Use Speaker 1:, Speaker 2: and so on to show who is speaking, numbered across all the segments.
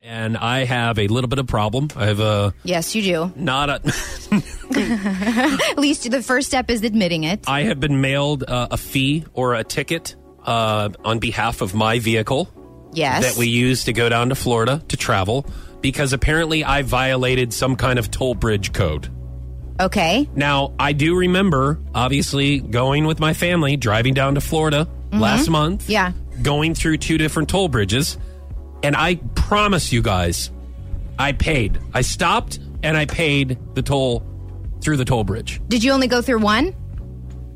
Speaker 1: and I have a little bit of problem. I have a
Speaker 2: Yes, you do.
Speaker 1: not a.
Speaker 2: At least the first step is admitting it.
Speaker 1: I have been mailed uh, a fee or a ticket uh, on behalf of my vehicle
Speaker 2: Yes.
Speaker 1: that we use to go down to Florida to travel because apparently I violated some kind of toll bridge code.
Speaker 2: okay.
Speaker 1: Now, I do remember obviously going with my family driving down to Florida last month.
Speaker 2: Yeah.
Speaker 1: Going through two different toll bridges. And I promise you guys, I paid. I stopped and I paid the toll through the toll bridge.
Speaker 2: Did you only go through one?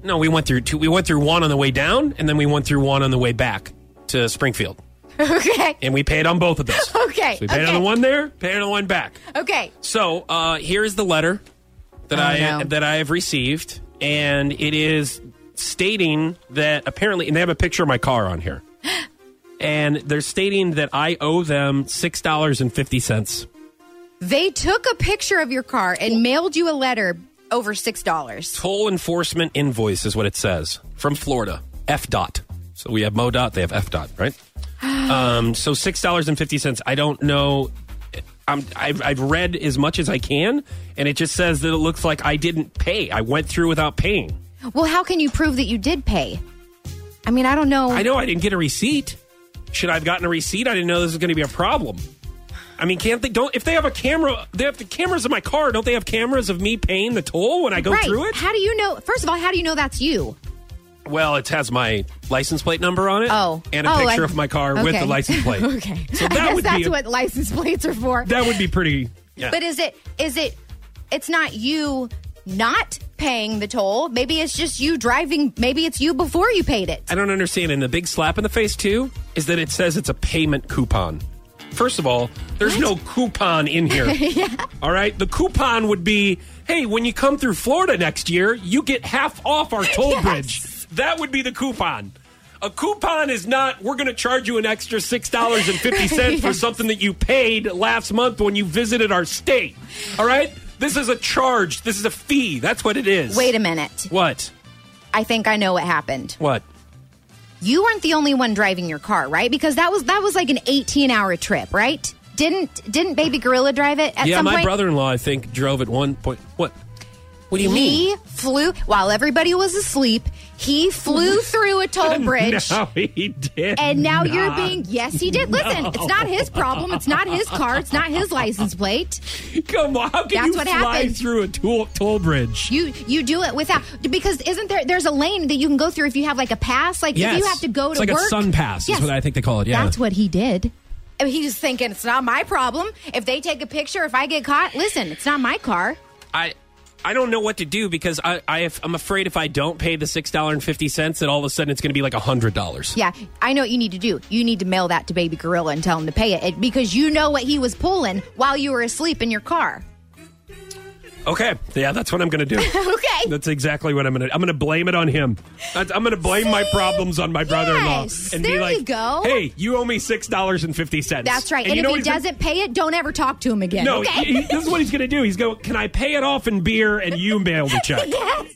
Speaker 1: No, we went through two. We went through one on the way down and then we went through one on the way back to Springfield.
Speaker 2: Okay.
Speaker 1: And we paid on both of those.
Speaker 2: Okay,
Speaker 1: So we paid
Speaker 2: okay.
Speaker 1: on the one there, paid on the one back.
Speaker 2: Okay.
Speaker 1: So uh, here is the letter that
Speaker 2: Oh,
Speaker 1: I
Speaker 2: no.
Speaker 1: that I have received, and it is stating that apparently, and they have a picture of my car on here, and they're stating that I owe them six dollars and fifty cents.
Speaker 2: They took a picture of your car and mailed you a letter over $6.
Speaker 1: Toll enforcement invoice is what it says from Florida FDOT. So we have MoDOT, they have FDOT, right? um, so six dollars and fifty cents. I don't know. I'm, I've, I've read as much as I can, and it just says that it looks like I didn't pay. I went through without paying.
Speaker 2: Well, how can you prove that you did pay? I mean, I don't know.
Speaker 1: I know I didn't get a receipt. Should I have gotten a receipt? I didn't know this was going to be a problem. I mean, can't they? Don't if they have a camera? They have the cameras in my car. Don't they have cameras of me paying the toll when I go
Speaker 2: right.
Speaker 1: through it?
Speaker 2: How do you know? First of all, how do you know that's you?
Speaker 1: Well, it has my license plate number on it.
Speaker 2: Oh.
Speaker 1: and a
Speaker 2: Oh,
Speaker 1: picture
Speaker 2: I-
Speaker 1: of my car with
Speaker 2: okay.
Speaker 1: the license plate.
Speaker 2: okay.
Speaker 1: so
Speaker 2: I
Speaker 1: that
Speaker 2: guess
Speaker 1: would
Speaker 2: that's
Speaker 1: be
Speaker 2: what license plates are for.
Speaker 1: that would be pretty. Yeah.
Speaker 2: But is it is it it's not you not paying the toll. Maybe it's just you driving. Maybe it's you before you paid it.
Speaker 1: I don't understand. And the big slap in the face, too, is that it says it's a payment coupon. First of all, there's no coupon in here. All right. The coupon would be hey, when you come through Florida next year, you get half off our toll
Speaker 2: Yes.
Speaker 1: bridge. That would be the coupon. A coupon is not, we're going to charge you an extra $6.50 for something that you paid last month when you visited our state. All right? This is a charge. This is a fee. That's what it is.
Speaker 2: Wait a minute.
Speaker 1: What?
Speaker 2: I think I know what happened.
Speaker 1: What?
Speaker 2: You weren't the only one driving your car, right? Because that was that was like an 18-hour trip, right? Didn't didn't baby gorilla drive it at
Speaker 1: yeah,
Speaker 2: some
Speaker 1: my
Speaker 2: point?
Speaker 1: brother-in-law, I think, drove at one point. What? What do you mean?
Speaker 2: He flew while everybody was asleep. He flew through a toll bridge.
Speaker 1: No, he did.
Speaker 2: And now you're
Speaker 1: not.
Speaker 2: being yes, he did. Listen, it's not his problem. It's not his car. It's not his license plate.
Speaker 1: Come on, how can
Speaker 2: That's
Speaker 1: you
Speaker 2: what
Speaker 1: fly
Speaker 2: happened.
Speaker 1: through a toll, toll bridge?
Speaker 2: You you do it without because isn't there there's a lane that you can go through if you have like a pass like if you have to go
Speaker 1: it's
Speaker 2: to
Speaker 1: like
Speaker 2: work
Speaker 1: a sun pass.
Speaker 2: Yes.
Speaker 1: Is what I think they call it. Yeah,
Speaker 2: That's what he did. And He's thinking it's not my problem. If they take a picture, if I get caught, listen, it's not my car.
Speaker 1: I. I don't know what to do because I, I have, I'm afraid if I don't pay the six dollar and fifty cents, that all of a sudden it's going to be like a hundred dollars.
Speaker 2: Yeah, I know what you need to do. You need to mail that to Baby Gorilla and tell him to pay it, it because you know what he was pulling while you were asleep in your car.
Speaker 1: Okay, yeah, that's what I'm going to do.
Speaker 2: Okay.
Speaker 1: That's exactly what I'm going to. I'm going to blame it on him. That's, I'm going to blame my
Speaker 2: See?
Speaker 1: problems on my brother-in-law
Speaker 2: Yes,
Speaker 1: and be
Speaker 2: there
Speaker 1: like,
Speaker 2: you go.
Speaker 1: "Hey, you owe me six dollars and fifty cents."
Speaker 2: That's right.
Speaker 1: you
Speaker 2: And,
Speaker 1: know
Speaker 2: if
Speaker 1: what
Speaker 2: he
Speaker 1: he's gonna-
Speaker 2: doesn't pay it, don't ever talk to him again.
Speaker 1: No,
Speaker 2: okay?
Speaker 1: he- he- this is what he's going to do. He's going, can I pay it off in beer and you mail the check?
Speaker 2: yes.